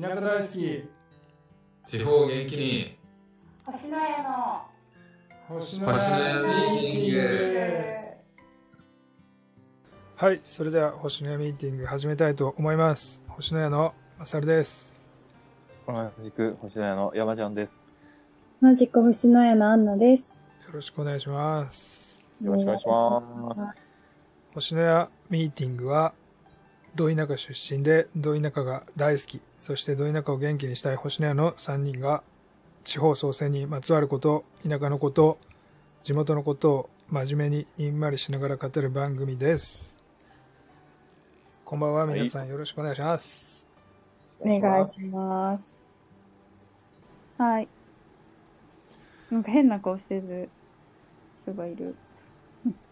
田舎大好き地方元気に星の家の星星のややミーティングはいそれでは星のやミーティング始めたいと思います星のやのマサルです同じく星野屋の山ちゃんです。同じく星のやのアンナです。よろしくお願いしますよろしくお願いします。星のやミーティングはど田舎出身でど田舎が大好きそしてど田舎を元気にしたい星のやの3人が地方創生にまつわること田舎のこと地元のことを真面目ににんまりしながら語る番組ですこんばんは皆さん、よろしくお願いしますお願いします。はい。なんか変な顔してる人がいる。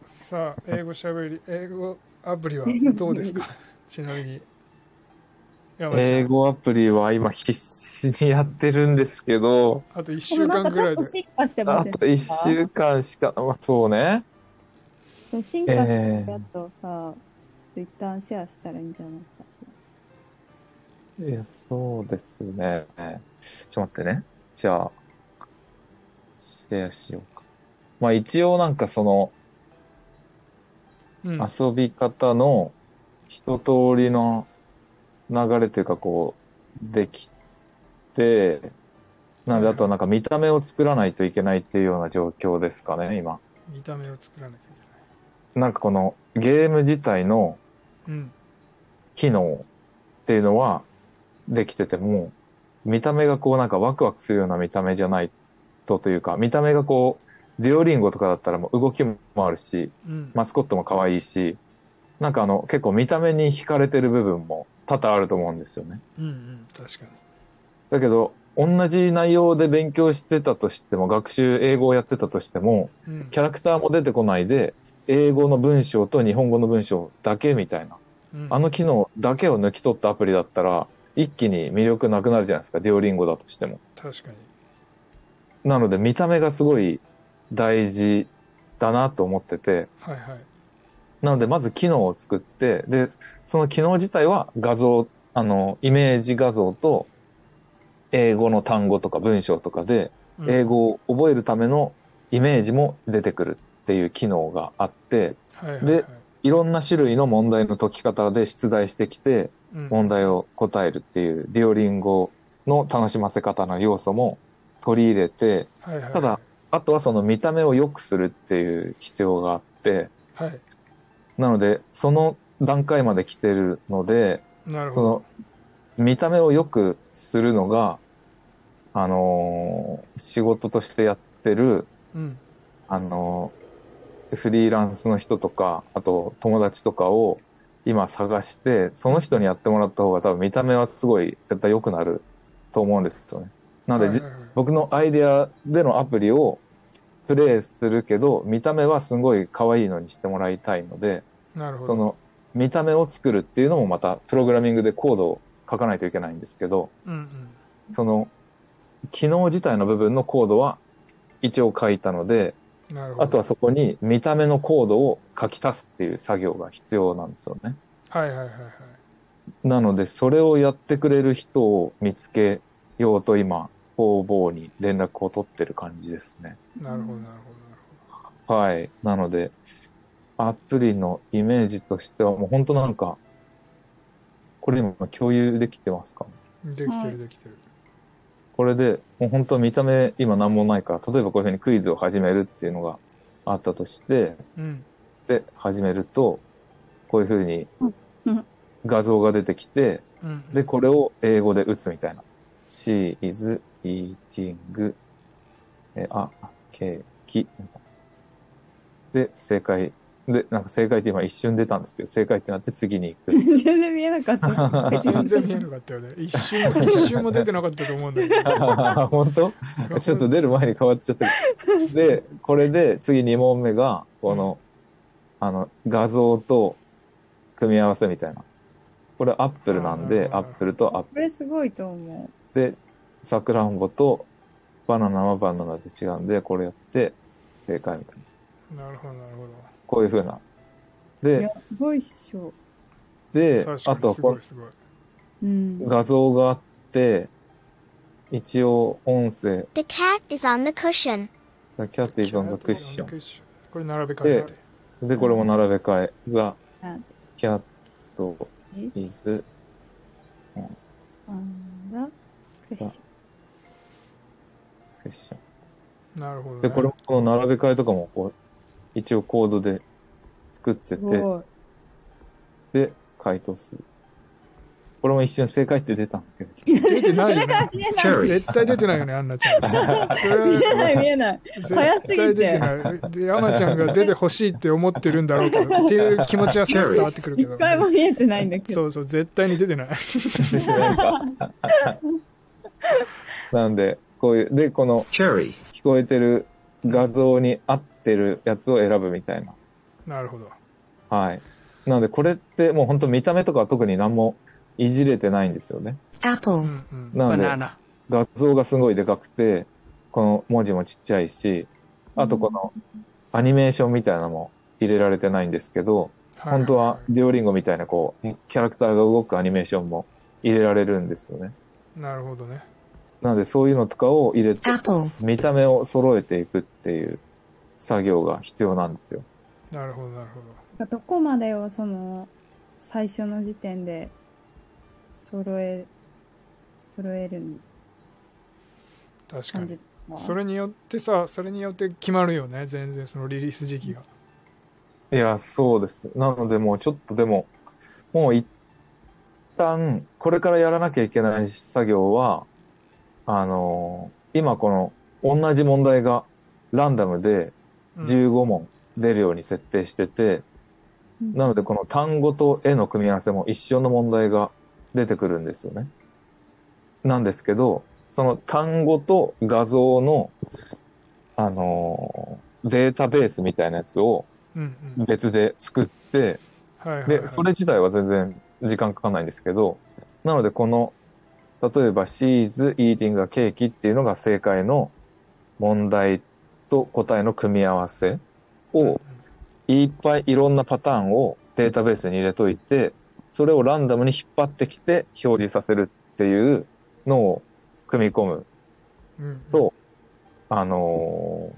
さあ、英語しゃべり、英語アプリはどうですかちなみに。山ちゃん英語アプリは今必死にやってるんですけど、あと1週間ぐらいでもなんかちょでっと。進化してまあせんと1週間しか、まあ、そうね。進化してるやつをさ、ちょっと一旦シェアしたらいいんじゃないかしいや、そうですね。ちょっと待ってね。じゃあ、シェアしようか。まあ一応なんかそのうん、遊び方の一通りの流れというかこう、できて、なんであとはなんか見た目を作らないといけないっていうような状況ですかね、今。見た目を作らなきゃいなんかこのゲーム自体のけない。うん。機能っていうのはできてても、見た目がこうなんかワクワクするような見た目じゃないとというか、見た目がこう、デュオリンゴとかだったらもう動きもあるし、うん。マスコットも可愛いし、なんかあの結構見た目に惹かれてる部分も多々あると思うんですよね。うんうん、確かに。だけど、同じ内容で勉強してたとしても、学習英語をやってたとしても、うんキャラクターも出てこないで、英語の文章と日本語の文章だけみたいな。うん、あの機能だけを抜き取ったアプリだったら、一気に魅力なくなるじゃないですか、デュオリンゴだとしても。確かに。なので、見た目がすごい大事だなと思ってて、はいはい。なので、まず機能を作って、で、その機能自体は画像、あの、イメージ画像と、英語の単語とか文章とかで、うん英。語を覚えるためのイメージも出てくるっていう機能があって、はいはい、はい。で、いろんな種類の問題の解き方で出題してきて、うん、問題を答えるっていうディオリンゴの楽しませ方の要素も取り入れて、はいはい、ただ、あとはその見た目を良くするっていう必要があって、はい。なので、その段階まで来てるので、なるほそどの。見た目を良くするのが、あのー仕事としてやってる、うん。あのーフリーランスの人とか、あと友達とかを今探して、その人にやってもらった方が多分見た目はすごい絶対良くなると思うんですよね。なので、じはいはいはい僕のアイデアでのアプリをプレイするけど、見た目はすごい可愛いのにしてもらいたいので、なるほど。その見た目を作るっていうのもまたプログラミングでコードを書かないといけないんですけど、うんうん。その機能自体の部分のコードは一応書いたので、なるほど。あとはそこに見た目のコードを書き足すっていう作業が必要なんですよね。はいはいはいはい。なのでそれをやってくれる人を見つけようと今、方々に連絡を取ってる感じですね。なるほどなるほどなるはい。なので、アプリのイメージとしては、もう本当なんか、これ今共有できてますかほど。できてるできてる。これで、もう本当見た目今何もないから、例えばこういうふうにクイズを始めるっていうのがあったとして、うん。で、始めると、こういうふうにうん画像が出てきて、うん。で、これを英語で打つみたいな。she is eating, え、あ、ケーキ。で、正解。で、なんか正解って今一瞬出たんですけど、正解ってなって次に 行く。ら。全然見えなかった。全然見えなかったよね。一瞬、一瞬も出てなかったと思うんだけど。本当ちょっと出る前に変わっちゃってる。で、これで次2問目が、この、あの、画像と組み合わせみたいな。これアップルなんで、あーアップルとアップルこれすごいと思で、さくらんぼとバナナはバナナで違うんで、これやって正解みたいな。なるほどなるほど。こういう風な。う。いで、や、すごいっしょ。で確、かあにとはすごこいすごい。うん。画像があっって、一応音声、 The cat is on the cushion. The cat is on the cushion これ並べ替えられるで、これも並べ替え。The Cat cat is is on the cushion. cushion。なるほど、ね。で、これもこの並べ替えとかもこう、一応コードで作ってすて、ごい。で、回答する。これも一瞬正解って出たんだけど。出てないよね。見えない。 Carry. 絶対出てないよね、アンナ ちゃん。それ見えはない見えない。早す絶ぎて対出てない。で、アンナちゃんが出てほしいって思ってるんだろうけど、っていう気持ちはすごい伝わってくるけ一ど。回も見えてないんだけそど。うそう、絶対に出 てない。なんかなんで、こういう、で、この Carry. 聞こえてる画像に合ってるやつを選ぶみたいな。なるほど。はい。なので、これってもう本当見た目とかは特に何もいじれてないんですよね。う apple, んうん。なので、 banana, 画像がすごいでかくて、この文字もちっちゃいし、あとこのアニメーションみたいなのも入れられてないんですけど、本当はデュオリンゴみたいなこう、キャラクターが動くアニメーションも入れられるんですよね。い。なるほどね。なのでそういうのとかを入れて、 apple, 見た目を揃えていくっていう作業が必要なんですよ。なるほど、なるほどこまでをその最初の時点で揃え揃えるど。確か感じに。ですかそれによってさ、それによって決まるよね。全然そのリリース時期が。いや、そうです。なのでもうちょっとでも、もう一旦、これからやらなきゃいけない作業は、あのー今この同じ問題がランダムでうん15問出るように設定してて、うんなのでこの単語と絵の組み合わせも一緒の問題が出てくるんですよね。なんですけど、その単語と画像の、あのーデータベースみたいなやつをうんうん。別で作って、はいはい、はで、い。それ自体は全然時間かかんないんですけど、なのでこの、例えば She's eating a cake っていうのが正解の問題と答えの組み合わせをいっぱいいろんなパターンをデータベースに入れといて、それをランダムに引っ張ってきて表示させるっていうのを組み込む、うんうんとあの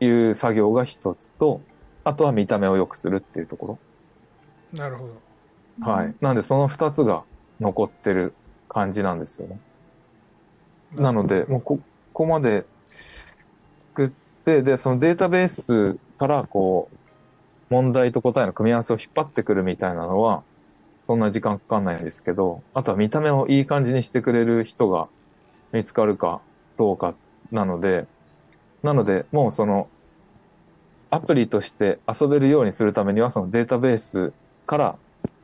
ーいう作業が一つと、あとは見た目を良くするっていうところ。なるほど。はい。なんで、その二つが残ってる感じなんですよね。なので、もうこここまで作って、で、そのデータベースから、こう、問題と答えの組み合わせを引っ張ってくるみたいなのは、そんな時間かかんないんですけど、あとは見た目をいい感じにしてくれる人が見つかるかどうかなので、なので、もうその、アプリとして遊べるようにするためには、そのデータベースから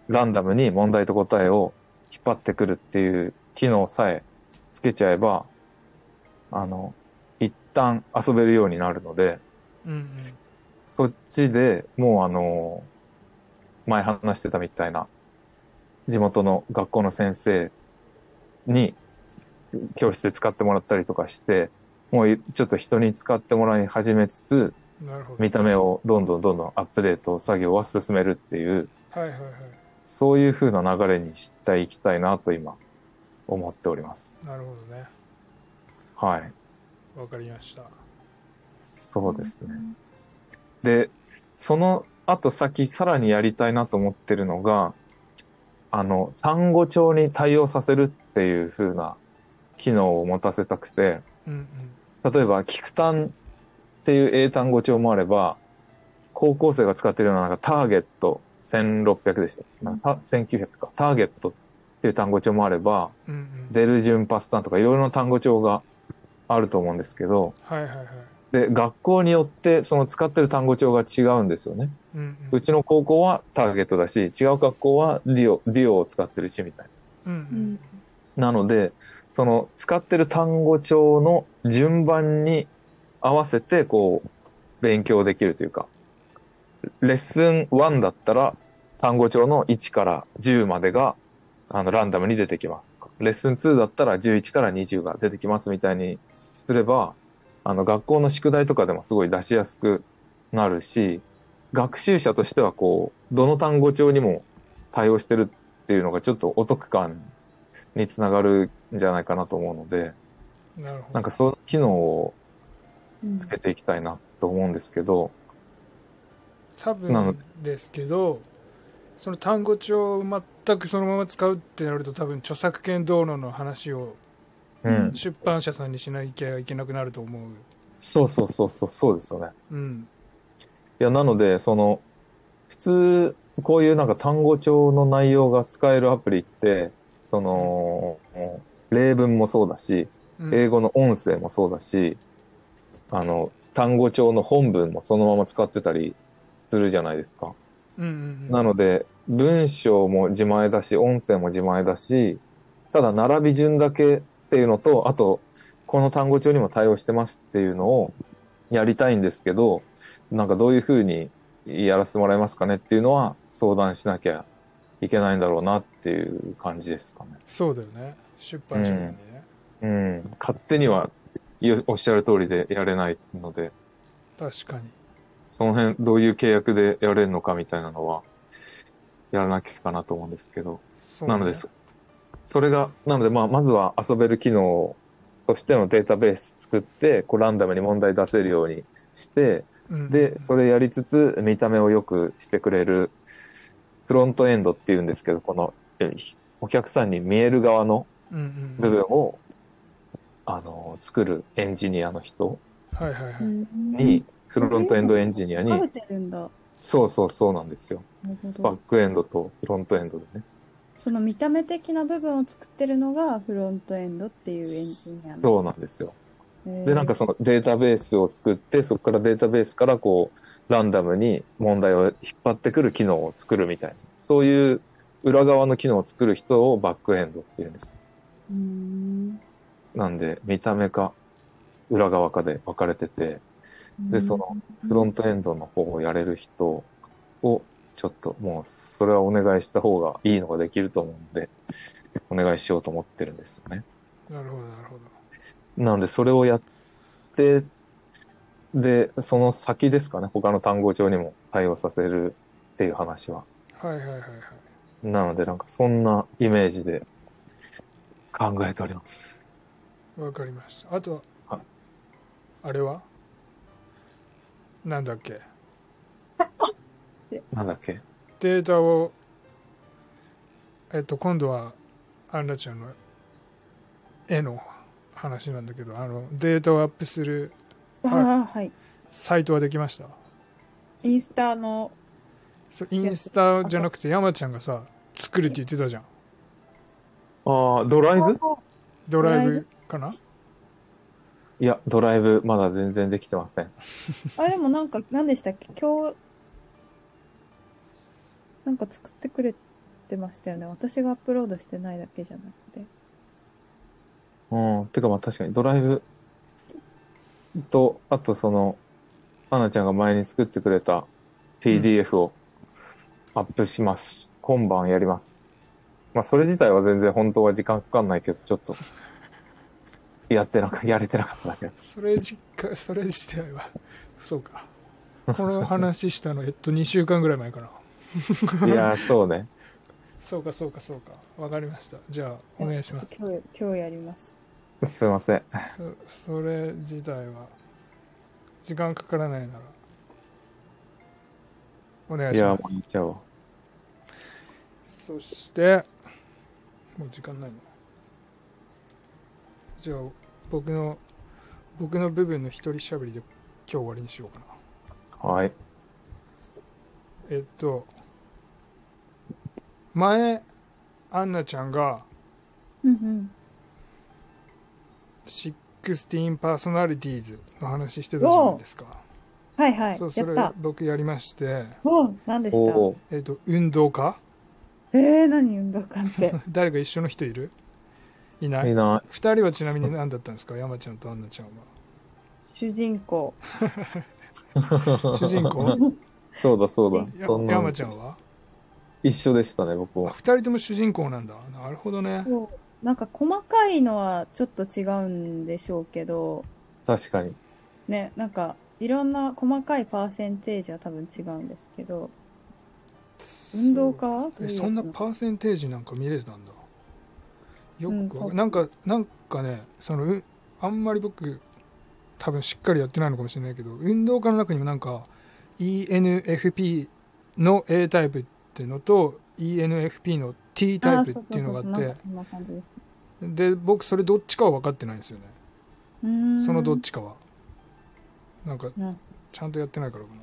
ランダムに問題と答えを引っ張ってくるっていう機能さえつけちゃえば、あの、一旦遊べるようになるので、うんうん。そっちでもうあの、前話してたみたいな、地元の学校の先生に教室で使ってもらったりとかして、もういちょっと人に使ってもらい始めつつ、なるほど。見た目をどんどんどんどんアップデート作業は進めるっていう、はいはいはい。そういう風な流れにしていきたいなと今思っております。なるほどね。はい。わかりました。そうですね。で、その後先さらにやりたいなと思ってるのが、あの、単語帳に対応させるっていう風な機能を持たせたくて、うんうん。例えば、菊単っていう英単語帳もあれば、高校生が使ってるような、なんかターゲット1600でした。なんかた1900か。ターゲットっていう単語帳もあれば、うんうん。デルジュンパスタンとかいろいろな単語帳があると思うんですけど、はいはいはい。で、学校によってその使ってる単語帳が違うんですよね。うんうん。うちの高校はターゲットだし、違う学校はディオ、ディオを使ってるし、みたいうんうん。な。なので、その使ってる単語帳の順番に合わせて、こう、勉強できるというか、レッスン1だったら、単語帳の1から10までが、あの、ランダムに出てきます。レッスン2だったら11から20が出てきますみたいにすれば、あの、学校の宿題とかでもすごい出しやすくなるし、学習者としてはこう、どの単語帳にも対応してるっていうのがちょっとお得感につながるんじゃないかなと思うので、なるほど。なんかその機能をうんつけていきたいなと思うんですけど、多分ですけど、その単語帳を全くそのまま使うってなると、多分著作権道路の話をうん、出版社さんにしなきゃいけなくなると思そうそうそうそう、そうですよね。う。うん。いや、なので、その、普通、こういうなんか単語帳の内容が使えるアプリって、その、例文もそうだし、うん英語の音声もそうだし、あの、単語帳の本文もそのまま使ってたりするじゃないですか。うんうんなので、文章も自前だし、音声も自前だし、ただ並び順だけっていうのと、あと、この単語帳にも対応してますっていうのをやりたいんですけど、なんかどういうふうにやらせてもらえますかねっていうのは相談しなきゃいけないんだろうなっていう感じですかね。そうだよね。出版社さんにね。うん。勝手にはよおっしゃる通りでやれないので、確かに。その辺どういう契約でやれるのかみたいなのは、やらなきゃかなと思うんですけど。そうねなのでそ、それが、なので、まあ、まずは遊べる機能としてのデータベース作って、こう、ランダムに問題出せるようにして、うんで、それやりつつ、見た目を良くしてくれる、フロントエンドっていうんですけど、この、えお客さんに見える側のうんうんう部ん分を、あの、作るエンジニアの人はいはいはうい。んに、フロントエンドエンジニア分かれに、てるんだ。なそうそうそうなんですよ。るほバッど。クエンドとフロントエンドでね。その見た目的な部分を作ってるのがフロントエンドっていうエンジニアの。そうなんですよ。へーで、なんかそのデータベースを作って、そこからデータベースからこう、ランダムに問題を引っ張ってくる機能を作るみたいな。そういう裏側の機能を作る人をバックエンドっていうんです。うーんなんで、見た目か、裏側かで分かれてて、で、そのフロントエンドの方をやれる人を、ちょっともう、それはお願いした方がいいのができると思うんで、お願いしようと思ってるんですよね。なるほどなるほど。なので、それをやって、で、その先ですかね、他の単語帳にも対応させるっていう話は。はいはいはいはい。なので、なんかそんなイメージで考えております。わかりました。あと、はいあれはなんだっけなんだっけデータを、えっと、今度は、アンナちゃんの絵の話なんだけど、あの、データをアップするあーはい。サイトはできましたインスタの、そうインスタじゃなくて、山ちゃんがさ、作るって言ってたじゃん。ああ、ドライブドライドライブかないや、ドライブまだ全然できてません。あ、でもなんか、何でしたっけ今日、なんか作ってくれてましたよね。私がアップロードしてないだけじゃなくて。うん、てかまあ確かにドライブと、あとその、アナちゃんが前に作ってくれた PDF をアップします。今晩やります。まあそれ自体は全然本当は時間かかんないけど、ちょっと、やってなか、やれてなかっただけど。それ実家、それ自体は、そう か。この話したの、えっと、2週間ぐらい前かな。いやー、そうね。そうか、そうか、そうか。わかりました。じゃあ、お願いします。今日、今日やります。すいません。そそれ自体は時間かからないならお願いいしやー、まもうやっちゃうわ。すそしてもう時間ないのじゃあ僕の僕の部分の一人しゃべりで今日終わりにしようかなはい。えっと前アンナちゃんがうん16パーソナリティーズの話してたじゃないですかうん。はいはい。そうそやれった。僕やりましておう何でしおたおえっと運動家えー、何運動 会って。誰か一緒の人いるいなー、いいな二人はちなみに何だったんですか山ちゃんとアンナちゃん主人公。 は。主人公そうだそうだ。やそんな。山ちゃんは一緒でしたね、僕あは。二人とも主人公なんだ。なるほどね。そうなんか細かいのはちょっと違うんでしょうけど、確かに。ね、なんかいろんな細かいパーセンテージは多分違うんですけど、運動家はそうえそんなどういうやつパーセンテージなんか見れたんだ。ようんくわか、なんかなんかねそのうあんまり僕多分しっかりやってないのかもしれないけど運動家の中にもなんか ENFP の A タイプっていうのと ENFP の T タイプっていうのがあっあーそうそうそうてそんな感じですで僕それどっちかは分かってないんですよねうーんそのどっちかはなんかうんちゃんとやってないからかな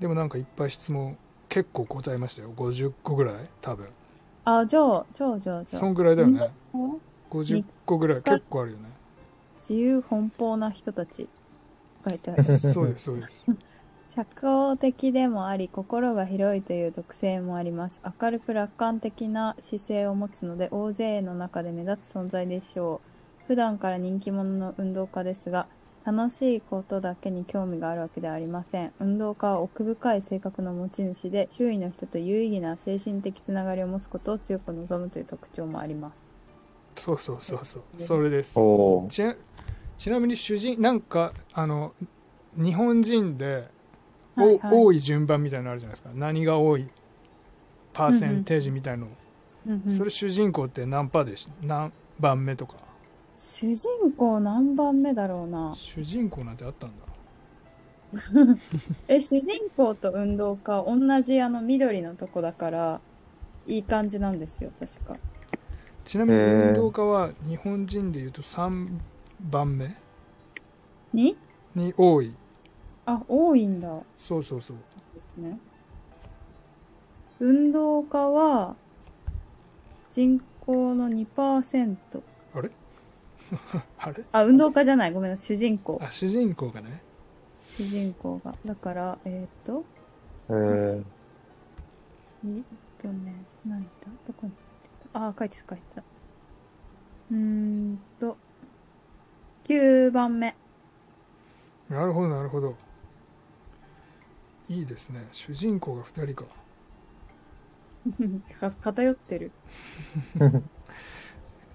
でもなんかいっぱい質問結構答えましたよ50個ぐらい多分あじゃあじゃあじゃあじゃあそんぐらいだよねうん50個ぐらい結構あるよね自由奔放な人 たち書いてあるそうですそうです社交的でもあり心が広いという特性もあります明るく楽観的な姿勢を持つので大勢の中で目立つ存在でしょう普段から人気者の運動家ですが楽しいことだけに興味があるわけではありません運動家は奥深い性格の持ち主で周囲の人と有意義な精神的つながりを持つことを強く望むという特徴もありますそうそうそうそうそれですおーちなちなみに主人なんかあの日本人で、はいおはい多い順番みたいなのあるじゃないですか何が多いパーセンテージみたいの、うんうんそれ主人公って何パーでし何番目とか主人公何番目だろうな主人公なんてあったんだえ主人公と運動家同じあの緑のとこだからいい感じなんですよ確かちなみにへー運動家は日本人でいうと3番目にに多いあ多いんだでそうそうそうすね運動家は人口の2%あれあ運動家じゃないごめんなさい主人公あ主人公がね主人公がだからえーっとえーえっとね、なんだどこにああ、書いてた、書いてた。うーんと、9番目。なるほどなるほどいいですね主人公が2人かか偏ってる。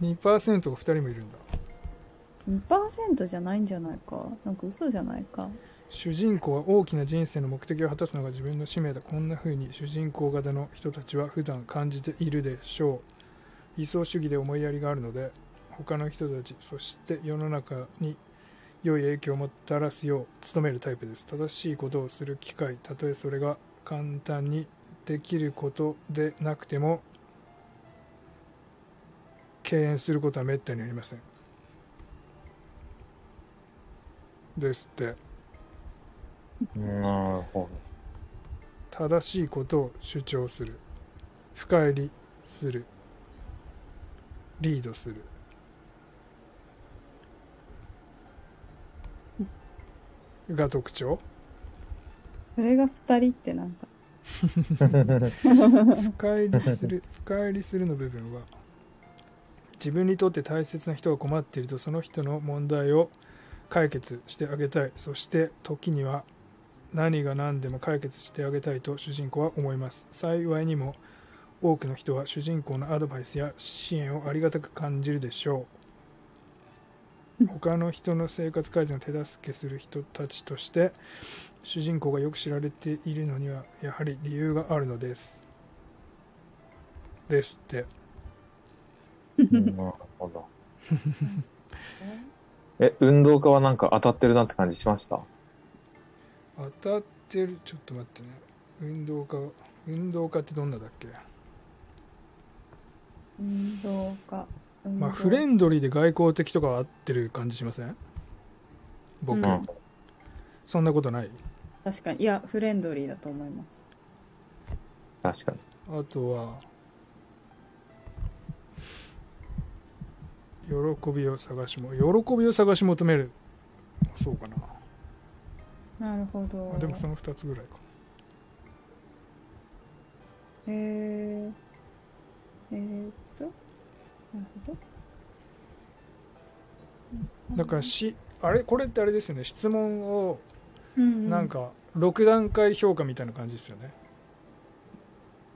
2%が2人もいるんだ2%じゃないんじゃないか。なんか嘘じゃないか。主人公は大きな人生の目的を果たすのが自分の使命だこんな風に主人公型の人たちは普段感じているでしょう理想主義で思いやりがあるので他の人たちそして世の中に良い影響をもたらすよう努めるタイプです正しいことをする機会たとえそれが簡単にできることでなくても敬遠することはめったにありませんですってなるほ正しいことを主張する深入りするリードするが特徴それが2人ってなんか。深入りする 深入りするの部分は自分にとって大切な人が困っているとその人の問題を解決してあげたいそして時には何が何でも解決してあげたいと主人公は思います幸いにも多くの人は主人公のアドバイスや支援をありがたく感じるでしょう他の人の生活改善を手助けする人たちとして主人公がよく知られているのにはやはり理由があるのですですってど。なるほど。え、運動家はなんか当たってるなって感じしました当たってるちょっと待ってね運動家運動家ってどんなだっけ運動家。運動まあフレンドリーで外交的とかは合ってる感じしません僕、ううんん。そんなことない確かに。いや、フレンドリーだと思いま確す。かに。 あとは喜びを探しも喜びを探し求めるそうかななるほどあ。でもその2つぐらいかへええーっと、なるほど。だからしあれこれってあれですよね質問をうんうんなんか6段階評価みたいな感じですよね、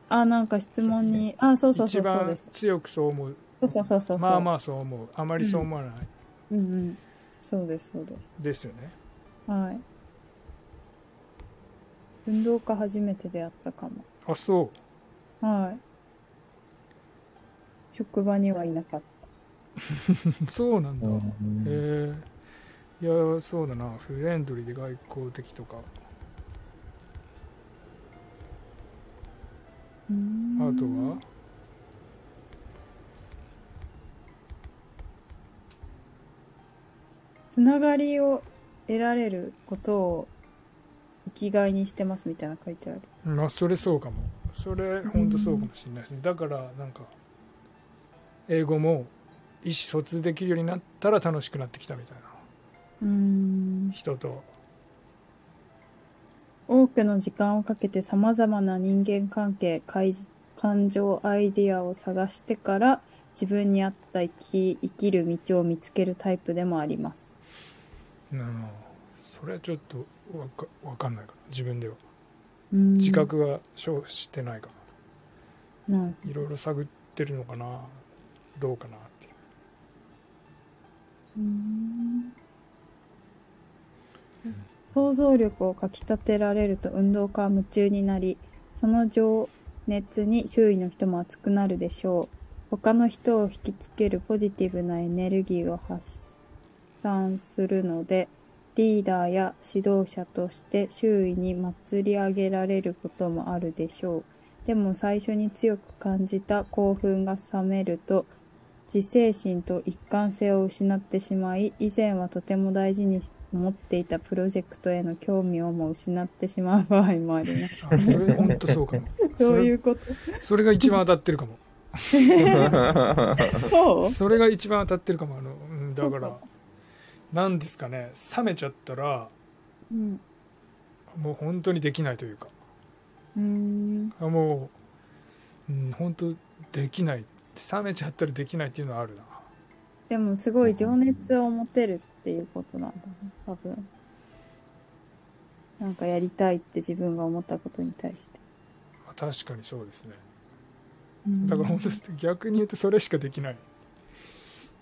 あ、なんか質問に、あ、そうそうそ一うそう番です。強くそう思うそうそうそうそう。まあまあそう思うあまりそう思わないうんうん。そうです、そうです。ですよね、はい。運動家初めて出会ったかも。あそうはい。職場にはいなかった。そうなんだ。うへんえ。いや、そうだな。フレンドリーで外交的とか。ああとはつながりを得られることを生きがいにしてますみたいなの書いてある。まあ、それそうかも。それ、ほんとそうかもしれないですね。だから、なんか、英語も意思疎通できるようになったら楽しくなってきたみたいな。うん人と。多くの時間をかけて様々な人間関係、開示感情、アイディアを探してから自分に合った生き生きる道を見つけるタイプでもあります。あのそれはちょっとわかわかんないかな。自分では。うん自覚が生してないかなるな。いろいろ探ってるのかな。どうかなっていう。うん想像力をかきたてられると運動家は夢中になりその情熱に周囲の人も熱くなるでしょう他の人を引きつけるポジティブなエネルギーを発散するのでリーダーや指導者として周囲に祭り上げられることもあるでしょうでも最初に強く感じた興奮が冷めると自制心と一貫性を失ってしまい以前はとても大事に思っていたプロジェクトへの興味をも失ってしまう場合もありますあそれ本当 そうかも そういううことそれが一番当たってるかも そうそれが一番当たってるかもあのうんだから何ですかね冷めちゃったらうんもう本当にできないというかうーんあもう、うん、本当できない冷めちゃったらできないっていうのはあるなでもすごい情熱を持てるっていうことなんだね多分なんかやりたいって自分が思ったことに対してまあ確かにそうですねだから本当逆に言うとそれしかできない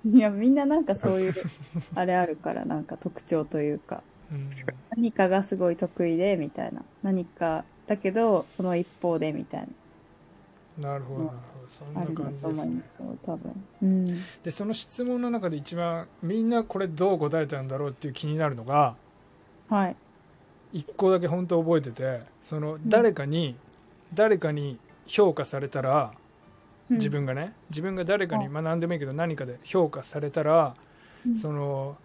いやみんななんかそういうあれあるからなんか特徴というかうん何かがすごい得意でみたいな何かだけどその一方でみたいななるほどなるほどそんなあるんだ感じとで思すいねますよ、多分。うん。でその質問の中で一番みんなこれどう答えたんだろうっていう気になるのがはい。一個だけ本当覚えててその誰かに、誰かに評価されたらうん自。分がね自分が誰かに、うまあ、何でもいいけど何かで評価されたら、うんその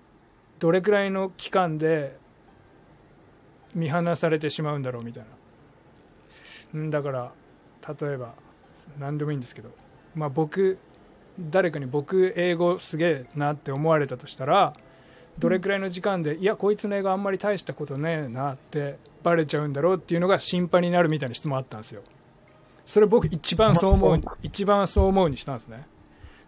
どれくらいの期間で見放されてしまうんだろうみたいなうんだから例えば何でもいいんですけど、まあ、僕誰かに僕英語すげえなって思われたとしたらどれくらいの時間でいやこいつの英語あんまり大したことねえなってバレちゃうんだろうっていうのが心配になるみたいな質問あったんですよそれ僕一番そう思う一番そう思うにしたんですね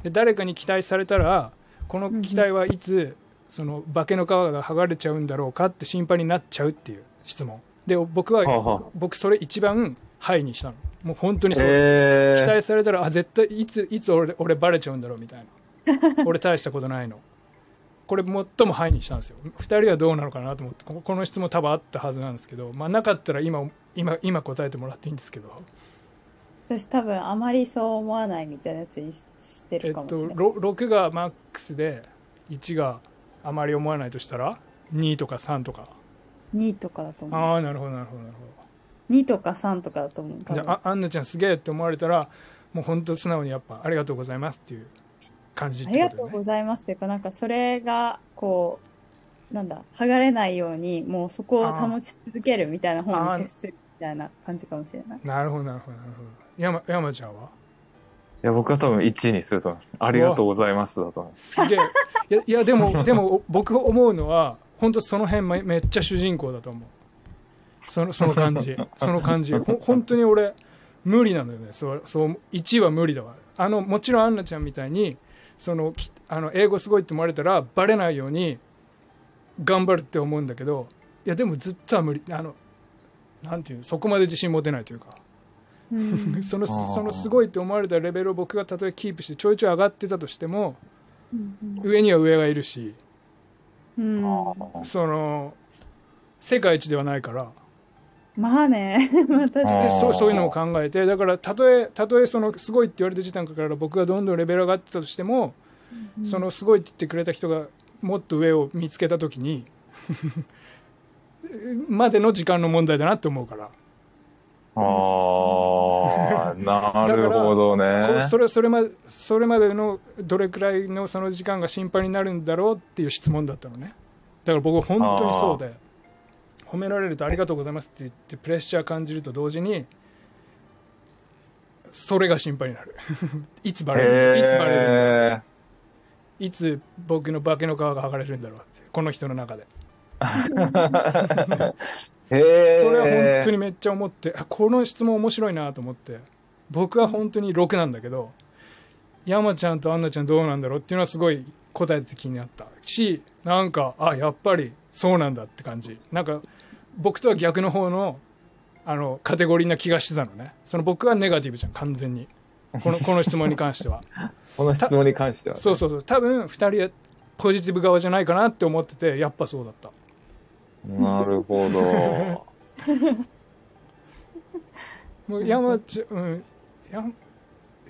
で誰かに期待されたらこの期待はいつその化けの皮が剥がれちゃうんだろうかって心配になっちゃうっていう質問で僕ははあはあ僕それ一番はいにしたのもう本当にそう期え待されたらあ絶対いついつ俺俺バレちゃうんだろうみたい な俺大したことないのこれ最もハイにしたんですよ2人はどうなのかなと思ってここの質問多分あったはずなんですけど、まあ、なかったら今今今答えてもらっていいんですけど私多分あまりそう思わないみたいなやつにししてえっるかともしれない。ろ6がマックスで1があまり思わないとしたら2とか3とか2とかだと思う。ああなるほどなるほどなるほ2とか3とかだと思う。ど多じ分ゃああアンナちゃんすげえって思われたらもう本当素直にやっぱありがとうございますっていう感じっありてこがととうでねございますっていうか、なんかそれが、こう、なんだ、剥がれないように、もうそこを保ち続けるみたいな本に徹するみたいな感じかもしれない。なるほどなるほどなるほど山山ちゃんはーいや僕は多分1にすると思いますありがとうございますだと思いますすげえ。いや、いやで も、でも、お僕思うのは、本当その辺めめっちゃ主人公だと思う。その、その感じ。その感じ。ほ本当に俺、無理なのよね。そう、そう、1位は無理だわ。あの、もちろんアンナちゃんみたいに、その、きあの、英語すごいって思われたら、バレないように、頑張るって思うんだけど、いや、でもずっとは無理。あの、なんていうの、そこまで自信持てないというか。うんその、あーそのすごいって思われたレベルを僕がたとえキープして、ちょいちょい上がってたとしても、うん上には上がいるし、うんあーその世界一ではないからうまあねまあ確かあにーそうそういうのも考えてだからたとえたとえそのすごいって言われた時点から僕がどんどんレベル上がってたとしても、うんそのすごいって言ってくれた人がもっと上を見つけた時に までの時間の問題だなって思うから、ああ、なるほどね。こうそれそれまそれまでのどれくらいのその時間が心配になるんだろうっていう質問だったのねだから僕本当にそうで褒められるとありがとうございますって言ってプレッシャー感じると同時にそれが心配になる いつバレる、いつバレるんだろうえいつ僕の化けの皮が剥がれるんだろうってこの人の中でー、えー、それは本当にめっちゃ思ってあこの質問面白いなと思って僕は本当に6なんだけど山ちゃんとアンナちゃんどうなんだろうっていうのはすごい答えて気になったしなんかあやっぱりそうなんだって感じなんか僕とは逆の方のあのカテゴリーな気がしてたのねその僕はネガティブじゃん完全にこのこの質問に関してはこの質問に関しては、ね。そうそうそう多分2人はポジティブ側じゃないかなって思っててやっぱそうだったなるほ ど。もう山ちゃん、うん、やん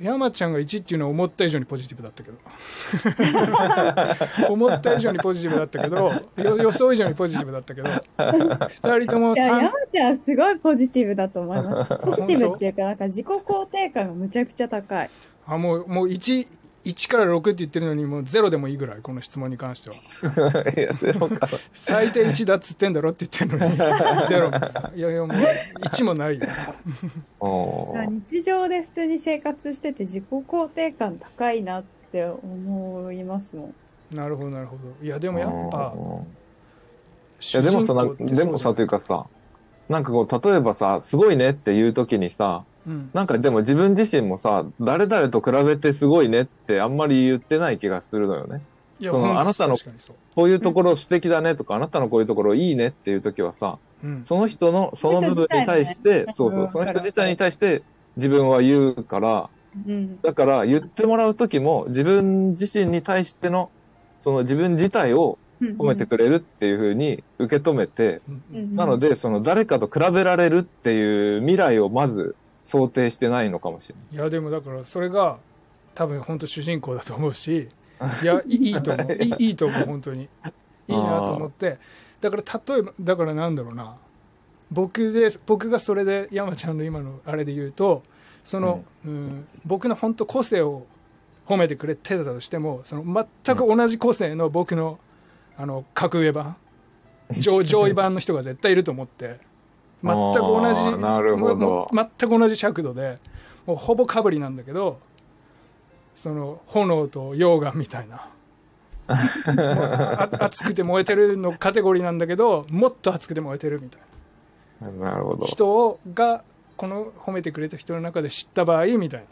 山ちゃんが1っていうのは思った以上にポジティブだった けど思った以上にポジティブだったけどよ予想以上にポジティブだったけど2人ともいや3山ちゃんすごいポジティブだと思います。ポジティブ 本っていうか、なんか自己肯定感がむちゃくちゃ高い。あもうもう 1, 1から6って言ってるのにもう0でもいいぐらいこの質問に関してはいや、ゼロか。最低1だっつってんだろって言ってるの に0いやいやもう1もないよおー日常で普通に生活してて自己肯定感高いなって思いますもん。なるほどなるほどいやでもやっぱうんい主や、で人もさ、な公っんてかでもそさ、うとだよいうかさ、なんかこう、例えばさ、すごいねっていうときにさ、うんなんかでも自分自身もさ、誰々と比べてすごいねってあんまり言ってない気がするのよね。いやそのほんとあなたの確かにそうこういうところ素敵だねとか、あなたのこういうところいいねっていうときはさ、うんその人のその部分に対して、そそのう人そう、その自体のね人自体に対して自分は言うから、うん。だから言ってもらうときも自分自身に対しての、その自分自体を褒めてくれるっていうふうに受け止めて、うんうんうんなので、その誰かと比べられるっていう未来をまず想定してないのかもしれない。いやでもだからそれが多分本当主人公だと思うしい やいいいいと思ういいいいと思う本当にいいなと思ってだから例えばだからなんだろうな僕で僕がそれで山ちゃんの今のあれで言うとその、うん僕の本当個性を褒めてくれてたとしてもその全く同じ個性の僕の,、あの格上版 上上位版の人が絶対いると思って全く同あーじなるほどもう全く同じ尺度でもうほぼかぶりなんだけどその炎と溶岩みたいな もうあ熱くて燃えてるのカテゴリーなんだけどもっと熱くて燃えてるみたいなるほなど。人をがこの褒めてくれた人の中で知った場合みたい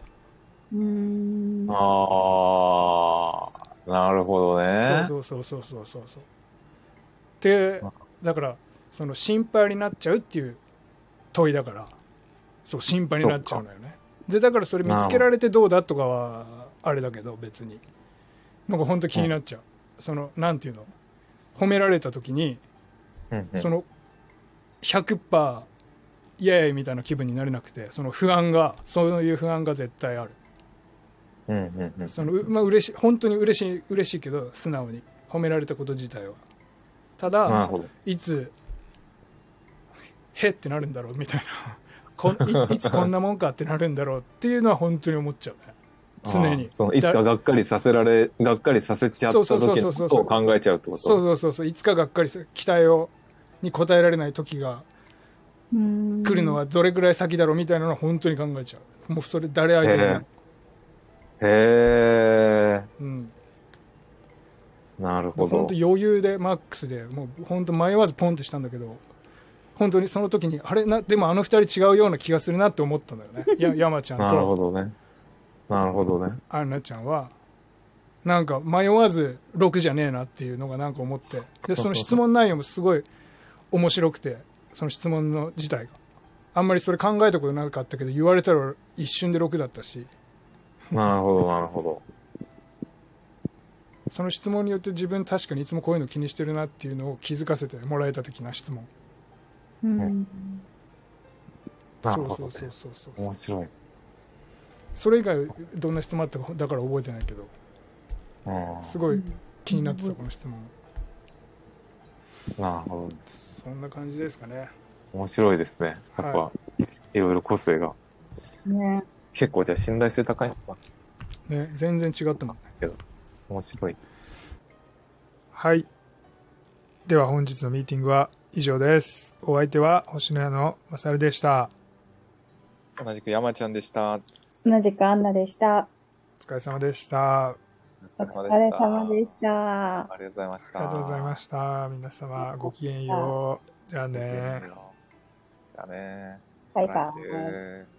うん。ああ、なるほどな、ね。そうそうそうそうそうそうそうでだからその心配になっちゃうっていう問いだからそう心配になっちゃうのよねでだからそれ見つけられてどうだとかはあれだけど別になんか本当気になっちゃう、そのなんていうの褒められた時にうんうんその100%イエーイみたいな気分になれなくてその不安がそういう不安が絶対あるうんうんうんそのうまあ嬉しい本当に嬉しい嬉しいけど素直に褒められたこと自体はたなるだほど。いつへってなるんだろうみたいなこ んいいつこんなもんかってなるんだろうっていうのは本当に思っちゃうね常にあーそのいつかがっかりさせられ、がっかりさせちゃった時そうそうそうそのうそうことを考えちゃうってことそうそうそうそういつかがっかりする期待をに応えられない時がうん来るのはどれぐらい先だろうみたいなのは本当に考えちゃうもうそれ誰相手でもないへへうんえ、なるほ本ど当。余裕でマックスでもう本当迷わずポンってしたんだけど本当にその時にあれなでもあの二人違うような気がするなって思ったんだよ ねや山ちゃんなるほとどね。なるほどね。アンナちゃんはなんか迷わず6じゃねえなっていうのがなんか思ってでその質問内容もすごい面白くてその質問の自体があんまりそれ考えたことなかったけど言われたら一瞬で6だったしなるほど、なるほど。その質問によって自分確かにいつもこういうの気にしてるなっていうのを気づかせてもらえた的な質問うんなそるうほそどうそうね。そうそう面白い。それ以外どんな質問あったかだから覚えてないけどうん。すごういん気になってたこの質問なるほど。そんな感じですかね面白いですね。やっぱ、、はいろいろ個性が。ね。結構じゃあ信頼性高いのかね全然違ったもんね面白い。はいでは本日のミーティングは以上ですお相手は星野屋のまさるでした同じく山ちゃんでした。お同じくアンナでした。お疲れ様でしたお疲れ様でした。ありがとうございました。ありがとうございましした皆様ごきげんようじゃあたねじゃあね。バイ来バイ。週